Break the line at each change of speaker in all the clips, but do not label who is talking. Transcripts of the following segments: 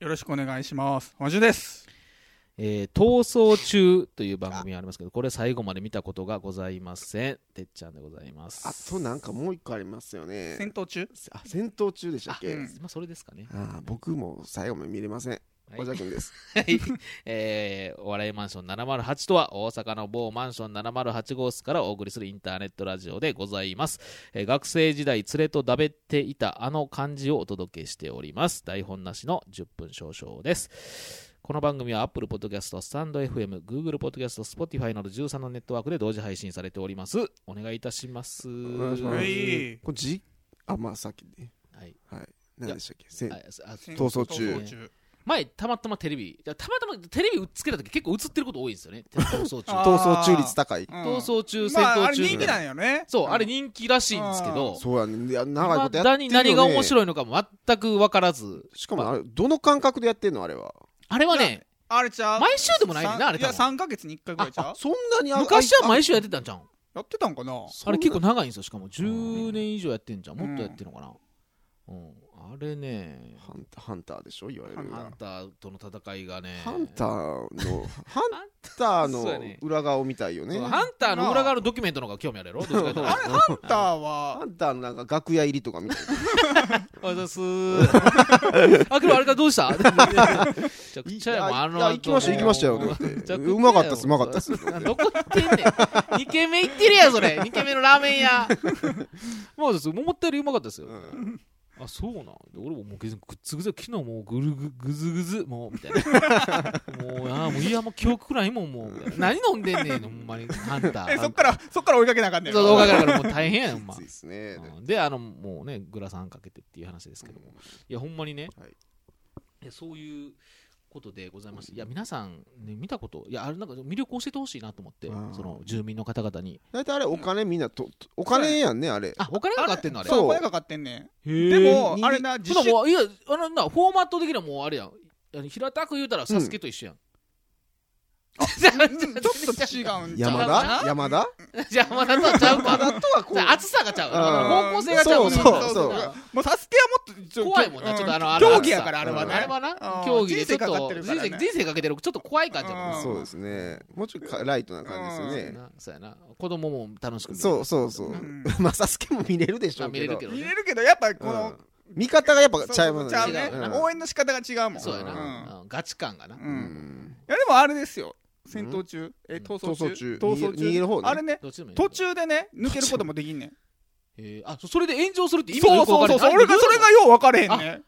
よろしくお願いします。マジです。
えー逃走中という番組がありますけど、これ最後まで見たことがございません。てっちゃんでございます。
あとなんかもう一個ありますよ
戦
ね
闘中
あ戦闘中でしたっけ、
あうん
まあ、それですかね。
あー僕も最後まで見れません
はい
小田君です
はい、 えーお笑いマンション708とは大阪の某マンション708号室からお送りするインターネットラジオでございます、えー学生時代連れとだべっていたあの漢字をお届けしております台本なしの10分少々ですこの番組は Apple Podcast、StandFM、Google Podcast、Spotify など13のネットワークで同時配信されております。お願いいたします。
お願いしま
う
す
い
これじあまあさっきね
はい
はい何でしたっけせん
ああ
闘争中
闘争中
前、たまたまテレビ、たまたまテレビつけた時結構映ってること多いんですよね。放送中。
あ
逃走中率高い
うん
逃走中、戦
まあ、あ
闘
れ
中
人気なんよね。
そう、あれ
人
人気らしいんですけど、
そうやねいや長い
ま
ことやっ
だに
てるよ、ね、
何が面白いのかも全く分からず、
しかもあれどの感覚でやってんのあれは
あれはね、
あれちゃう。
毎週でもないねんな、あれ
いや、
多分。
3ヶ月に1回ぐらいちゃう
そんなにあ
昔は毎
週
週やってたんじゃん。
やってたんかな
あれ結構
な
長いんですよ、しかも。10年以上やってんじゃん。もっとやってるのかな。うん。あれね、
ハンターハンターでしょいわゆる
ハンタ
ハンターとの戦いがね、
ハンターの
ハ
ハ
ン
ンター
そうやね
の裏側を見たいよね
そうハンターの裏側のドキュメントの方が興味あるやろどっちか 言ったら
あれ、ハンター
ハ
は、
ンターのなんか楽屋入りとか見たい
おはようございますー。あ、けどあれからどうしためちゃくちゃやもん、
いや
あの
いや行きました行きましたよだって
めちゃくちゃや
うまかったっすうまかったっす
などこ行ってんねん。2軒目行ってるやんそれ。2軒目のラーメン屋。まあです、思ったよりうまかったですよ。あ、そうなんで俺ももうぐっつぐず、昨日もうぐるぐぐずぐず、もう、みたいな。もう、ああ、もういや、もう記憶くらいもん、もう。みたいな何飲んでんねん、ほんまに。ハンター。
え、そっから、そっから追いかけなあかんねん。
そう、動画だからもう大変やん、ほんま
つい。ですね
うんであのもうねグラサンかけてっていう話ですけども、
うん
いやほんまにね、
はい
いやそういうことでございましていや皆さん、ね、見たこといやあれなんか魅力を教えてほしいなと思って
うん
その住民の方々に
大体あれお金みんなとお金やんねあれ
あお金がかかってんのあれ
そう、
そう
お金かかってんねん。
で
でも、
に
あれな、自
ほな
主
もういやあのなフォーマット的にはもうあれやんあの平たく言うたらサスケと一緒やん、
う んちょっと違うんちゃう
か
山
な
田山田
じゃあまだとはちゃう
山田
か
とはこう
厚さがちゃう
うん
方向性がちゃう
そうそう
そう
そう
もうサスケはもっとちょ、
怖いもんなちょっとあのあの
競技やから、あれは
うん
ね。
あれはな
うん
競技でちょっと
人生かかってるからね
人生人生かけてるちょっと怖い感じやもんな
うん
そうですねもうちょっとかライトな感じですよね
なそうやな子供も楽しく見れる
そうそうそううん まあサスケも見れるでし
ま
ょ
あ
う
見れ
け
る
ど
けど
見
ね
れるけど、やっぱこ
う
の
ん、見方がやっぱちゃい
そう
ます
そう
ね
ちゃうね
うん
応援の仕方が違うもん。
そうやな、
ん
うんガチ感がな、
うん
うん
いやでもあれですよ戦闘中、え逃走中
逃走中逃げ逃げる方ね
あれね
どっちでもいい
途中でね抜けることもできんねん
えーあそそれで炎上するって意味が
そ
よ
う
くわ
そ
か
うそうそれ
る
がそれがよう分かれへんね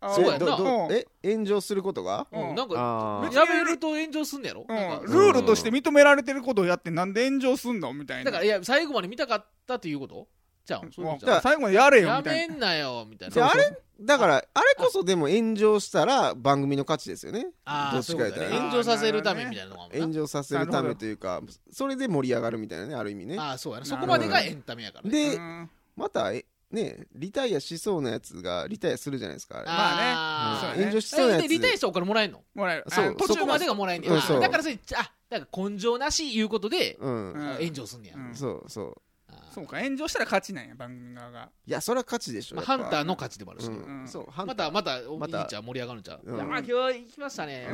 あ
そうやな
どど
うん
え炎上することが
うん
なんか
あ
別
ー
に
やめると炎上すんのやろ、
う
なん
ん、
か
ルールとして認められてることをやってなんで炎上すんのみたいな
だからいや最後まで見たかったっていうことじゃあそういうことじ
も
ゃ
う最後までやれ
ん
よ
や
みたい
め
なん
なよみたい
じゃ
な
ああれだからあれこそでも炎上したら番組の価値ですよね
あ
ど
あ
っ
そ
ち
うい
か
う
や
こ
っ
と
たら
ね
ね
炎上させるためみたいなのがあるもん
炎
な
上させるためというかそれで盛り上がるみたいなねある意味ね
ああそうやなそこまでがエンタメやから、ね、
で
うん
またえねリタイアしそうなやつがリタイアするじゃないですかあれ
まあね
あ
そう
ー
やね
炎上し
そ
そうな
れ
や
で
つ
リタイアしたらお金もらえんの
もらえる
そう
あ途
そ
中
こまでがもらえんねん
うん
あ
そう
だからそれあだから根性なし言うことで、
う
うんん
炎上すんねや、
うん
そうそう
あー
そうか炎上したら勝ちなんや番組側が
いやそれは価値でしょ
まあ、
や
ハ
っ
ン
ぱ
ターの勝ちでもあるし、
うん
うん
そうハン
ま
ター
たまたお
また
兄ちゃん盛り上がるんちゃう、
うん
いやまあ今日行きましたね、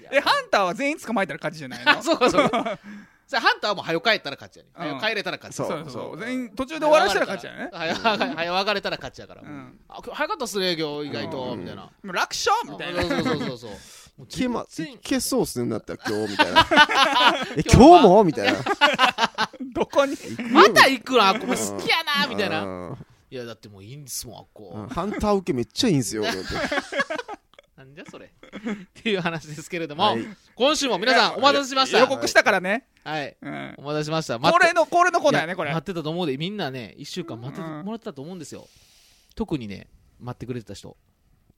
いや
えハンターは全員捕まえたら勝ちじゃないの
あ そうかそうかそれハンターはもう早く帰ったら勝ちやね、
うん
早く帰れたら勝ち
そう
そうそ
そうう
全員途中で終わらせたら勝ちやね
早上が早上がれたら勝ちやから、
うん
あ今日早かったっすね今日意外と、
うん
みたいな、
もう楽勝みたいな
あそうそうそうそうそう
消えま
全然
消えそうっすねな ったら今日みたいなえ今日もみたいな
どこに
また行くなあっこも好きやなみたいな、
うん
いやだってもういいんですもんあっこ、
うんハンター受けめっちゃいいんすよと思って
なんじゃそれ っていう話ですけれども、
はい
今週も皆さんお待たせしました
予告したからね、
はい
うん、
お待たせしました
これ
の
のこれのコーナーやねこれ
待ってたと思うでみんなね1週間待ってて
うん
もらってたと思うんですよ特にね待ってくれてた人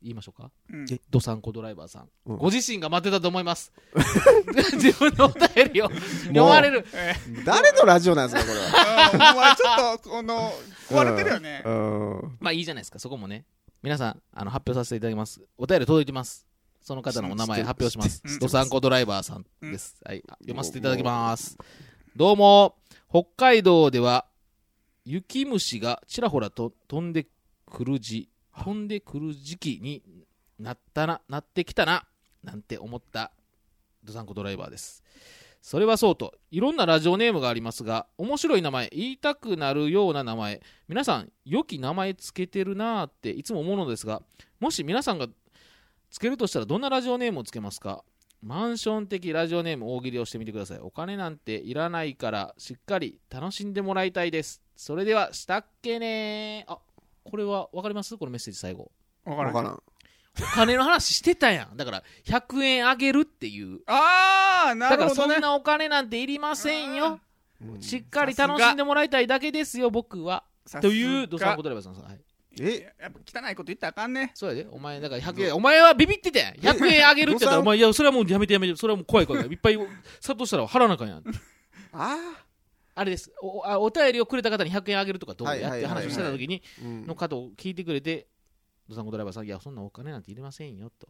言いましょうか
うん
え
ドサンコドライバーさん、
うん
ご自身が待ってたと思います 自分のお便りを読まれる
え
誰のラジオなんですかこれ は
ー、うんお前ちょっとこの壊れてるよね、
うん
まあいいじゃないですかそこもね皆さんあの発表させていただきますお便り届いてますその方のお名前発表します
うん
ドサンコドライバーさんです、はいあ読ませていただきますどうも北海道では雪虫がちらほらと飛んでくる時飛んでくる時期になったな、なってきたな、なんて思った、ドサンコドライバーです。それはそうと、いろんなラジオネームがありますが、面白い名前、言いたくなるような名前、皆さん、良き名前つけてるなーっていつも思うのですが、もし皆さんがつけるとしたら、どんなラジオネームをつけますかマンション的ラジオネーム大喜利をしてみてください。お金なんていらないから、しっかり楽しんでもらいたいです。それでは、したっけねー。あ、これはわかりますこのメッセージ最後。
わから
分
んあ
からん
お金の話してたやん。だから、100円あげるっていう。
あーな
だ
る
から
ほ
そ
ど
ん
ね
なお金なんていりませんよ。
うん
しっかり楽しんでもらいたいだけですよ、僕は。
さすが
という、ドサンコドライバーさんさん。はい、
い
え
ややっぱ汚いこと言ったらあかんね
そうやで、お前、だから100円、お前はビビっててん、100円あげるって言ったら、
どうさん
お前、いや、それはもうやめてやめて、それはもう怖い怖い、いっぱい、殺到したら腹なあかんやん。
あ
あれですおあ、お便りをくれた方に100円あげるとかどう
はい
やって話をしてた時に、
あ、うん
の方を聞いてくれて、ドサンコドライバーさん、いや、そんなお金なんていりませんよと。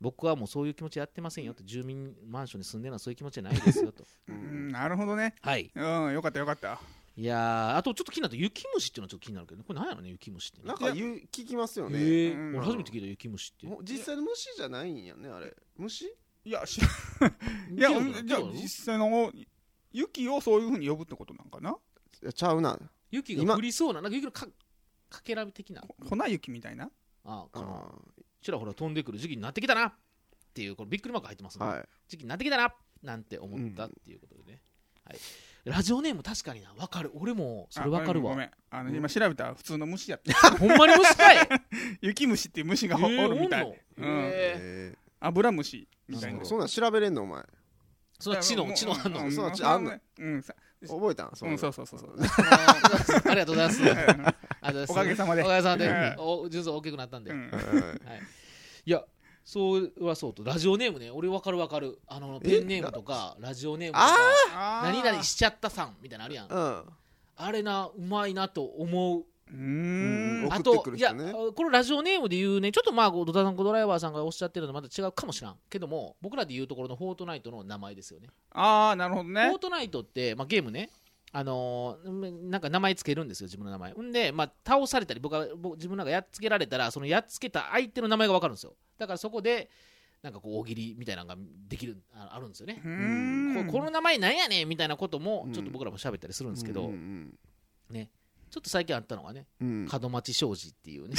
僕はもうそういう気持ちやってませんよと、住民マンションに住んでるのはそういう気持ちじゃないです よと。
う
う
ん
ん
なるほどね
はい。
うんよかったよかった
いやー、あとちょっと気になった、雪虫っていうのはちょっと気になるけど、これなんやろね、雪虫ってね。
なんか言う聞きますよ
え
ね、
ー
うん
俺初めて聞いた雪虫って。
もう実際の虫じゃないんやねあれ虫
いやしい
い
やじゃあ実
雪
際のユキをそういうふうに呼ぶってことなんかない
やちゃうな
雪が降りそうな、なんか雪のかかけら的な、
こ粉雪みたいな
あこの
あ
ちらほら飛んでくる時期になってきたなっていう、このびっくりマーク入ってます
ー
ね、
はい
時期になってきたななんて思ったっていうことでね。はい、ラジオネーム確かにな、わかる。俺もそれわかる
あご
わ
め。んあの今調べたら普通の虫やった
ほんまに虫かい
雪虫っていう虫
え
がお
ー
るみた
おんの
いうん
え
え
アブラムシみたい
ー
な
ーそんなん調べれんのお前
ーその知能、知能あんの。
う
あ
んうん
その知
う
あんの
うんさ
覚えたん
うんそうそうそう そう
ーありがとうござ います。ありがとうございます
おかげさまで
おかげさま
う
で
ん。
お、順調大きくなったんで
う。ん
はい
はい、いやそうはそうとラジオネームね俺わかるわかるあの
え
ペンネームとかラジオネームと
あ
か
あー
何々しちゃったさんみたいなのあるやん
う
あ
ん
れなうまいなと思う
うーん
うん
あ
送って
と
くる
いや
人ね
このラジオネームで言うねちょっとまあドタさんドライバーさんがおっしゃってるのとまた違うかもしらんけども僕らで言うところのフォートナイトの名前ですよね
ああなるほど
フォ
ね
ートナイトって、まあ、ゲームねあのーうんなんか名前つけるんですよ自分の名前んで、まあ、倒されたり僕は僕自分なんかやっつけられたらそのやっつけた相手の名前が分かるんですよだからそこでなんかこう大喜利みたいなのができるああるんですよね
う、ーん
ここの名前なんやねんみたいなことも
うん
ちょっと僕らも喋ったりするんですけど、
うん
ちょっと最近あったのがね
うんうん
門町商事っていうね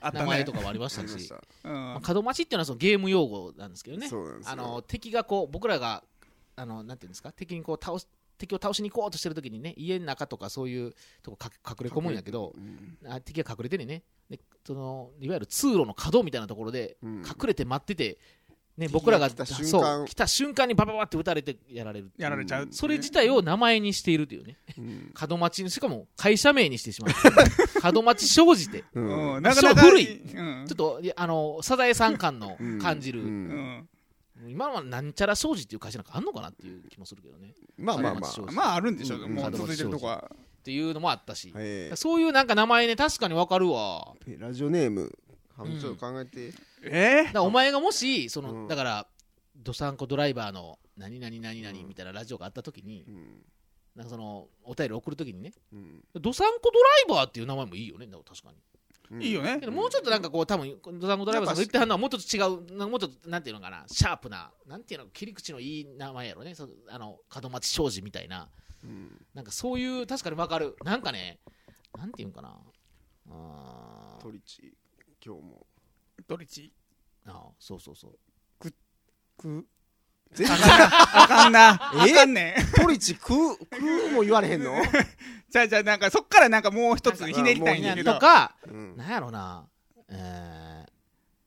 あった
名
ね
前とかもありまし
あ
た
りま
し
し、た
うん
まあ、門町っていうのはそのゲーム用語なんですけどね
そうなんですよ
あの敵がこう僕らがあのなんていうんですか敵にこう倒す敵を倒しに行こうとしてる時にね家の中とかそういうとこか隠れ込むんやけど
うん
あ敵が隠れてるねでそのいわゆる通路の角みたいなところで
うん
隠れて待ってて、ね、
敵が
僕らが
来た瞬間
そう来た瞬間にバババって撃たれてやられる
やられちゃうっていうね
それ自体を名前にしているというね
うん
門町にしかも会社名にしてしまうっていう ね門町商事って
う
う
んんなかなか
そう古い
うん
ちょっといやあのサザエさん感の感じる、
う
う
ん
ん
今はなんちゃら商事っていう会社なんかあんのかなっていう気もするけどね。
まあまあ
門
ま
松
あ
商事
まああるんでしょ
う
うんもう続いてるとこは
っていうのもあったし、
えー
そういうなんか名前ね確かにわかるわ
えラジオネームはみちょっと考えて
え
だからお前がもしその、
うん
だからドサンコドライバーの何々何々みたいなラジオがあった時に、
うん
なんかそのお便り送る時にね
うん
ドサンコドライバーっていう名前もいいよねだから確かに
うん
いいよね
けどもうちょっとなんかこう多分ドサンコドライバーさんが言ってはんのはもうちょっと違うなんかもうちょっとなんていうのかなシャープななんていうの切り口のいい名前やろねそのあの門松商事みたいな
うん
なんかそういう確かにわかるなんかねなんていうんかなあー
鳥地今日も
どれち
あーそうそうそう
く
全然
あかんなあ
え
かんねん
鳥地食う食うも言われへんの
じゃあじゃあなんかそっからなんかもう一つひねりたいんだけど
とか、
うん
なんやろな、え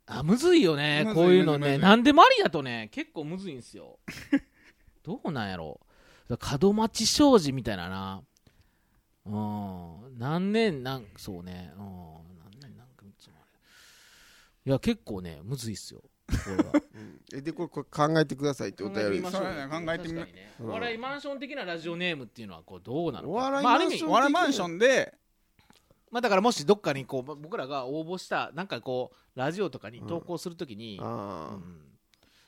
ー、あ、むずいよね
む、ずい
こういうの
むずい
ね、
むずい
なんでもありだとね、結構むずいんすよ。どうなんやろ、だから門町商事みたいなな、うん、何年、なんそうね、うん、何年、なんかいつもあれいや、結構ね、むずいっすよ、これは。
うんえでこれこれ考えてくださいってお便り
ましょうそうやね考えてみ
確かにね
う
お
ん
笑いマンション的なラジオネームっていうのはこうどうなのか
お笑い
まあある意味
マンション
お笑いマンションで
まあ、だからもしどっかにこうま僕らが応募したなんかこうラジオとかに投稿するときに、うん
あ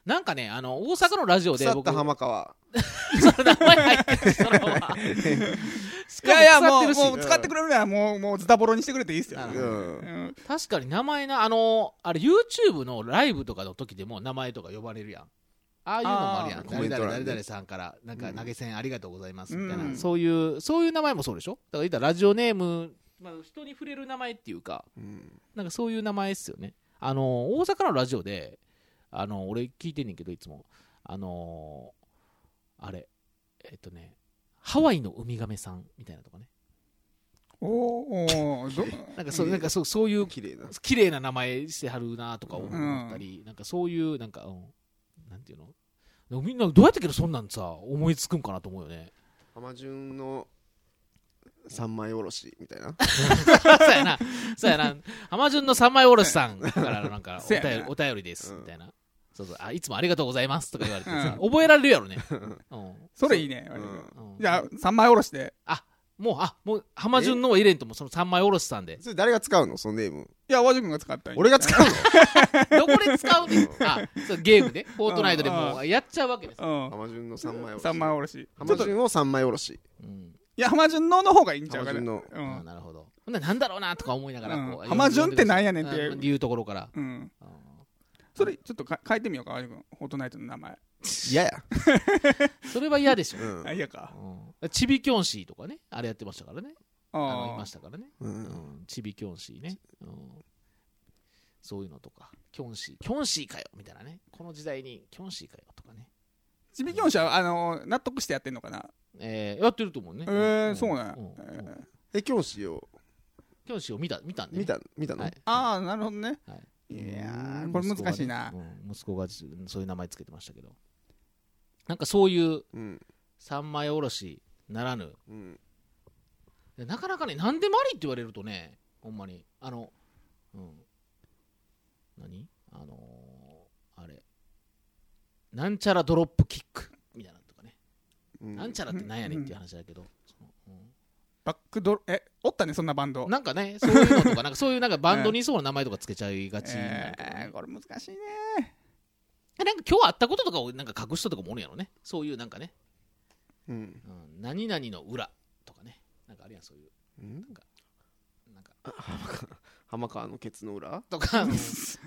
なんかね、あの、大阪のラジオで
腐っ
僕、
た浜川
その名前入ってる、そのま ま。し
いやいや
かも
もう
使ってるし。
もう使ってくれるならもうもうズタボロにしてくれていいっすよ
なるほ
う
ど
うんん
確かに名前な、あの、あれ YouTube のライブとかの時でも名前とか呼ばれるやん。ああいうのもあるや
あ
ん。
ー
コメ
誰
ント欄
々
ね
誰々さんから、なんか投げ銭ありがとうございますみたいな、
うん
そういう、そういう名前もそうでしょだから言ったらラジオネーム、まあ、人に触れる名前っていうか、
うん
なんかそういう名前っすよね。あの、大阪のラジオで、あの、俺聞いてんねんけど、いつも。あのーあれ、えっとね、ハワイのウミガメさんみたいなとかね。
おーおーど
なんかそう、なんかそう、そういう
綺麗な
綺麗な名前してはるなとか思ったり、なんかそういうなんか、うん、なんていうのでもみんなどうやってけどそんなんさ思いつくんかなと思うよね
浜順の三枚おろしみたいな
そうやなそうやな浜順の三枚おろしさんからのなんかお
そうやな
便りお便りです、
うん
みたいなそうそうあいつもありがとうございますとか言われてさ、
う
覚えられるやろね、うん
それいいね
うん
うん
じゃあ3枚おろして
もうあもう浜順のを入れんともうその三枚おろしさんで
それ誰が使うのそのネーム
いや和く君が使ったらいい
俺が使うの
どこで使うねんあそうゲームでフォートナイトでもうやっちゃうわけですよ、
う
浜順の三枚お
ん
ろし
3枚おろしちょ
浜
っとい
順を三枚おろし
うん
や浜順のの方がいいんちゃうか
浜
ね
順の
う
あー
ん
なるほどほんならなんだろうなとか思いながらこう、
うん浜順ってなんやねんって
ういうところから
うん
あー
それちょっとか変えてみようか和く君フォートナイトの名前
嫌や
それは嫌でしょ
う、ん
あいやか
うんちびきょんしーとかねあれやってましたからねあのい
あ
ま
あ
したからね、
う
うんん、ちびきょんしーね、うん、そういうのとかきょんしーきょんしーかよみたいなねこの時代にきょんしーかよとかね、
ちびきょんしはあの納得してやってんのかな
えーやってると思うね
えーそうなんや
ん
え教師を
きょんしーを見た見たんでね、
見た見たの
はい
ああなるほどね
はい
やーこれ難しいな
息子がねうん息子がじそういう名前つけてましたけどなんかそういう
うん
三枚おろしならぬ
うん
なかなかねなんでマリって言われるとねほんまにあのうん何あのーあれなんちゃらドロップキックみたいなのとかね、
うん
なんちゃらってなんやねんっていう話だけど、その
バックドロえおったねそんなバン
う
ド
んなんかねそういうのとかなんかそういうなんかバンドにいそうな名前とかつけちゃいがち、
え
なんか
ーこれ難しいね
なんか今日会ったこととかをなんか隠したとかもおるんやろねそういうなんかね
うん
うん何々の裏とかねなんかあるやんそういう
うん
なんか
浜川のケツの裏
とか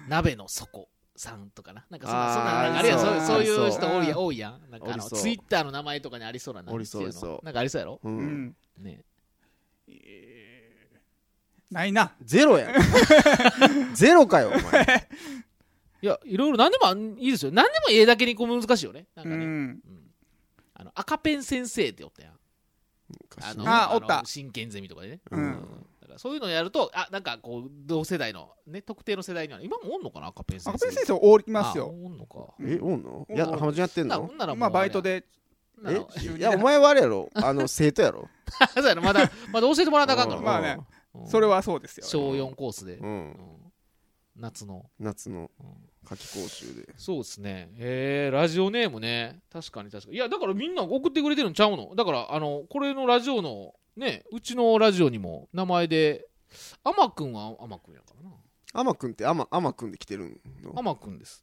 鍋の底さんとかななんかそんな
あー
そんななんかあるやんそう
あ
そう
り
い
そう
う
あ
人
ー
多いや多いやんなんかあ
おり
の
そう
ツイッターの名前とかにありそうな名
お
前
り
って
そう
いう
おりそ
の
う
なんかありそうやろ
う
うんん
ね
えーないな
ゼロやんゼロかよお前
いやいろいろ何でもあんいいですよ何でもええだけにこう難しいよねなん
う
かね
ん
うんあの赤ペン先生っておったやんあの
あおった
の真剣ゼミとかでね
うん
だからそういうのやるとあなんかこう同世代のね特定の世代には今もおんのかな赤ペン先
赤
生
ペン先生おり
い
ますよ
おんのか
えおんの
うん
いや浜順やってん
な
の
ほんならもう
まあバイト
れ
で
やな
えいやお前はあれやろあの生徒やろ
そうやなまだ、まだ教えてもらわなあかんからな。
まあね
うん
それ。はそうですよ
小4コースで。
う
うん
ん
夏の。
夏の
うん
夏季講習で
そうですね。えー、ラジオネームね。確かに確かに。いや、だからみんな送ってくれてるんちゃうのだから、あの、これのラジオの、ね、うちのラジオにも名前で、あまくんはあまくんやからな。
天くんって天天くんで来てる
あ
の
まくんです。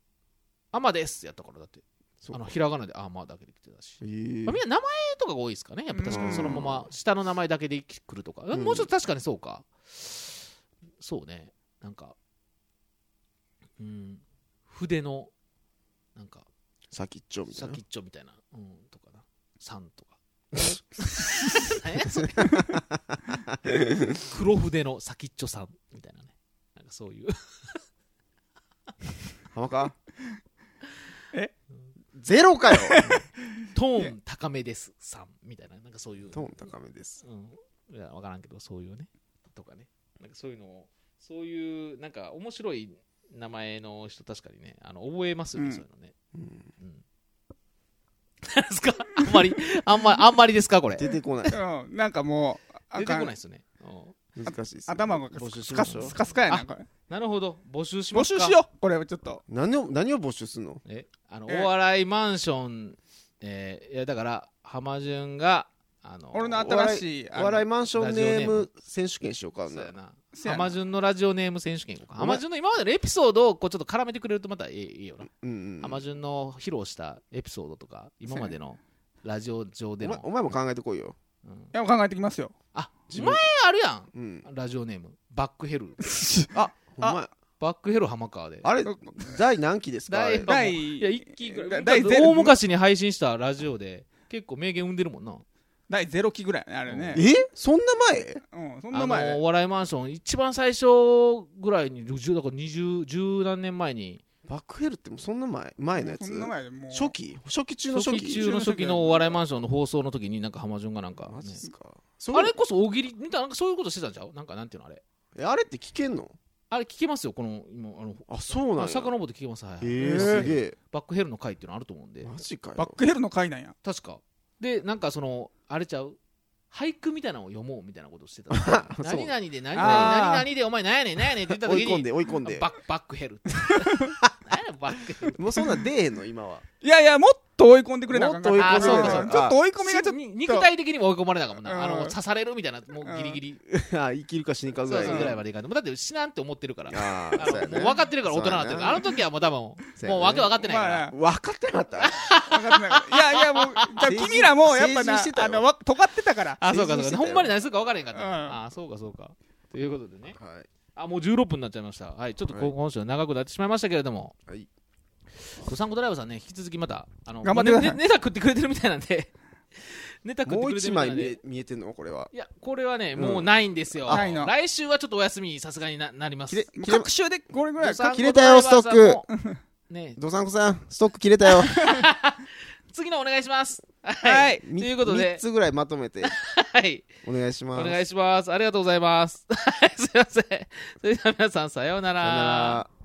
あまですやったから、だって。
そう
あ
か
の、ひらがなであまだけで来てたし。
え
まあ
ー
みんな名前とかが多いですかね。やっぱ確かにそのまま下の名前だけで来るとか。
ん
もうちょっと確かにそうか。そうね。なんか、うん、筆の、なんか、
先っちょみたいな
先っちょみたいな、うん、とかな。さんとか。何や それ黒筆の先っちょさんみたいなね。なんかそういう。
浜川
え
ゼロかよ
トーン高めですさんみたいな。なんかそういう。
トーン高めです
うん、いや分からんけどそういうねとかねなんかそういうのをそういうなんか面白い名前の人確かにねあの覚えますよね、
うん
そういうのね、
うん
うん、何ですかあんまりあんまりあんまりですかこれ出
出
て
てこない
うんなんかもうあ
こない
かん
ですよね、うん
難しいっすね
頭が
募集し
ス
ま
カ
し
ス
ょう
カスカや
あ
なこれ
なるほど募集しま
募
す
集
か
しようこれちょっと
何を何を募集するの
えあの
え
お笑いマンション、えーいやだから浜潤があの
俺の新しい
お笑い
い
マンションネーム選手権しようか
そうや
な
な
せやな
浜順のラジオネーム選手権行こうか
お前
浜順の今までのエピソードをこうちょっと絡めてくれるとまたいいいいよな
うんうん
浜順の披露したエピソードとか今までのラジオ上で
お前お
の
前も考えてこいよ
うん
や考えてきますよ
あ
自
自
分
前あるや
うん
んラジオネームバックヘル
あお
あ
前
バックヘル浜川で
あれ第何期ですかあれ
第
第
いや一期ぐらい
第ゼロ
大昔に配信したラジオで結構名言生んでるもんな
第0期ぐらいねあれね
えそんな前
うんそんな
あの
前
お
ね
笑いマンション一番最初ぐらいに10だから20十何年前に
バックヘルってもうそんな前前のやつ
そんな前でもう
初期初期中の初
初
期
期中の初期のお笑いマンションの放送の時になんか浜順がなんか、
マジ
ね
っすか
あ
あ
れこそ大喜利みたいななんかそういうことしてたんちゃうなんかなんていうのあれ
れあれって聞けんのあ
あれ聞けますよこの今あの
そうなんや
遡って聞けますはい、はい
え
え
ーすげえ
バックヘルの回っていうのあると思うんで
マジかよ
バックヘルの回なんや
確かでなんかそのあれちゃう俳句みたいなのを読もうみたいなことしてた そう何々で何々
あー
何々でお前何やねん何やねんって言った
追い
時
込ん
に
で追い込んで
バックバックヘルって 何やねんバックヘル
もうそんなん出えへんの今 はい
やいやもっと追い込んでくれなあかんかっ
も
っと追い込んでくれなあ
た
そうか
ちょっと追い込みがちょっと
に肉体的にも追い込まれなかもんな、あの
うん
刺されるみたいなもうギリギリ
あ生きるか死にかぐ
そ
ら
う
い
そ
の
うぐらいまでいかんでもうだって死なんて思ってる からあ
ああ
のもう分かってるから大人になってるからあの時はもう多分もう訳分かってないから、
まあな
分かってな かった
分かってないいやいやもうじゃあ君らもやっぱ
成人
な
してたよ
あのわ尖ってたから
あそうかそう
成人して
か
たよ
ほんまに何するか分からへんかった、
うん
あそうかそうかということでね
はい
あもう16分になっちゃいましたはいちょっとこ
はい
今週は長くなってしまいましたけれども
はい
ドサンコドライバーさんね引き続きまたあの
頑張ってください
ねねネタ食ってくれてるみたいなんで ネタ食って
も
く
う
れて
一
るみたいな
枚
ん
見
で
え見えてんのこれはい
やこれはね、
うん
もうないんですよ
ないの
来週はちょっとお休みにさすがにななります
切れ
もう
切れ
各週でこれぐらい
ドサン
か
コ
切れた
ドライ
よ
バーさんもね
ドサンコさんストック切れたよ
次のお願いします
はい
ということで
3つぐらいまとめて
はい
お願いします
お願いします。ありがとうございます。はいすいません。それでは皆さん、さような
さよな
ら。
ら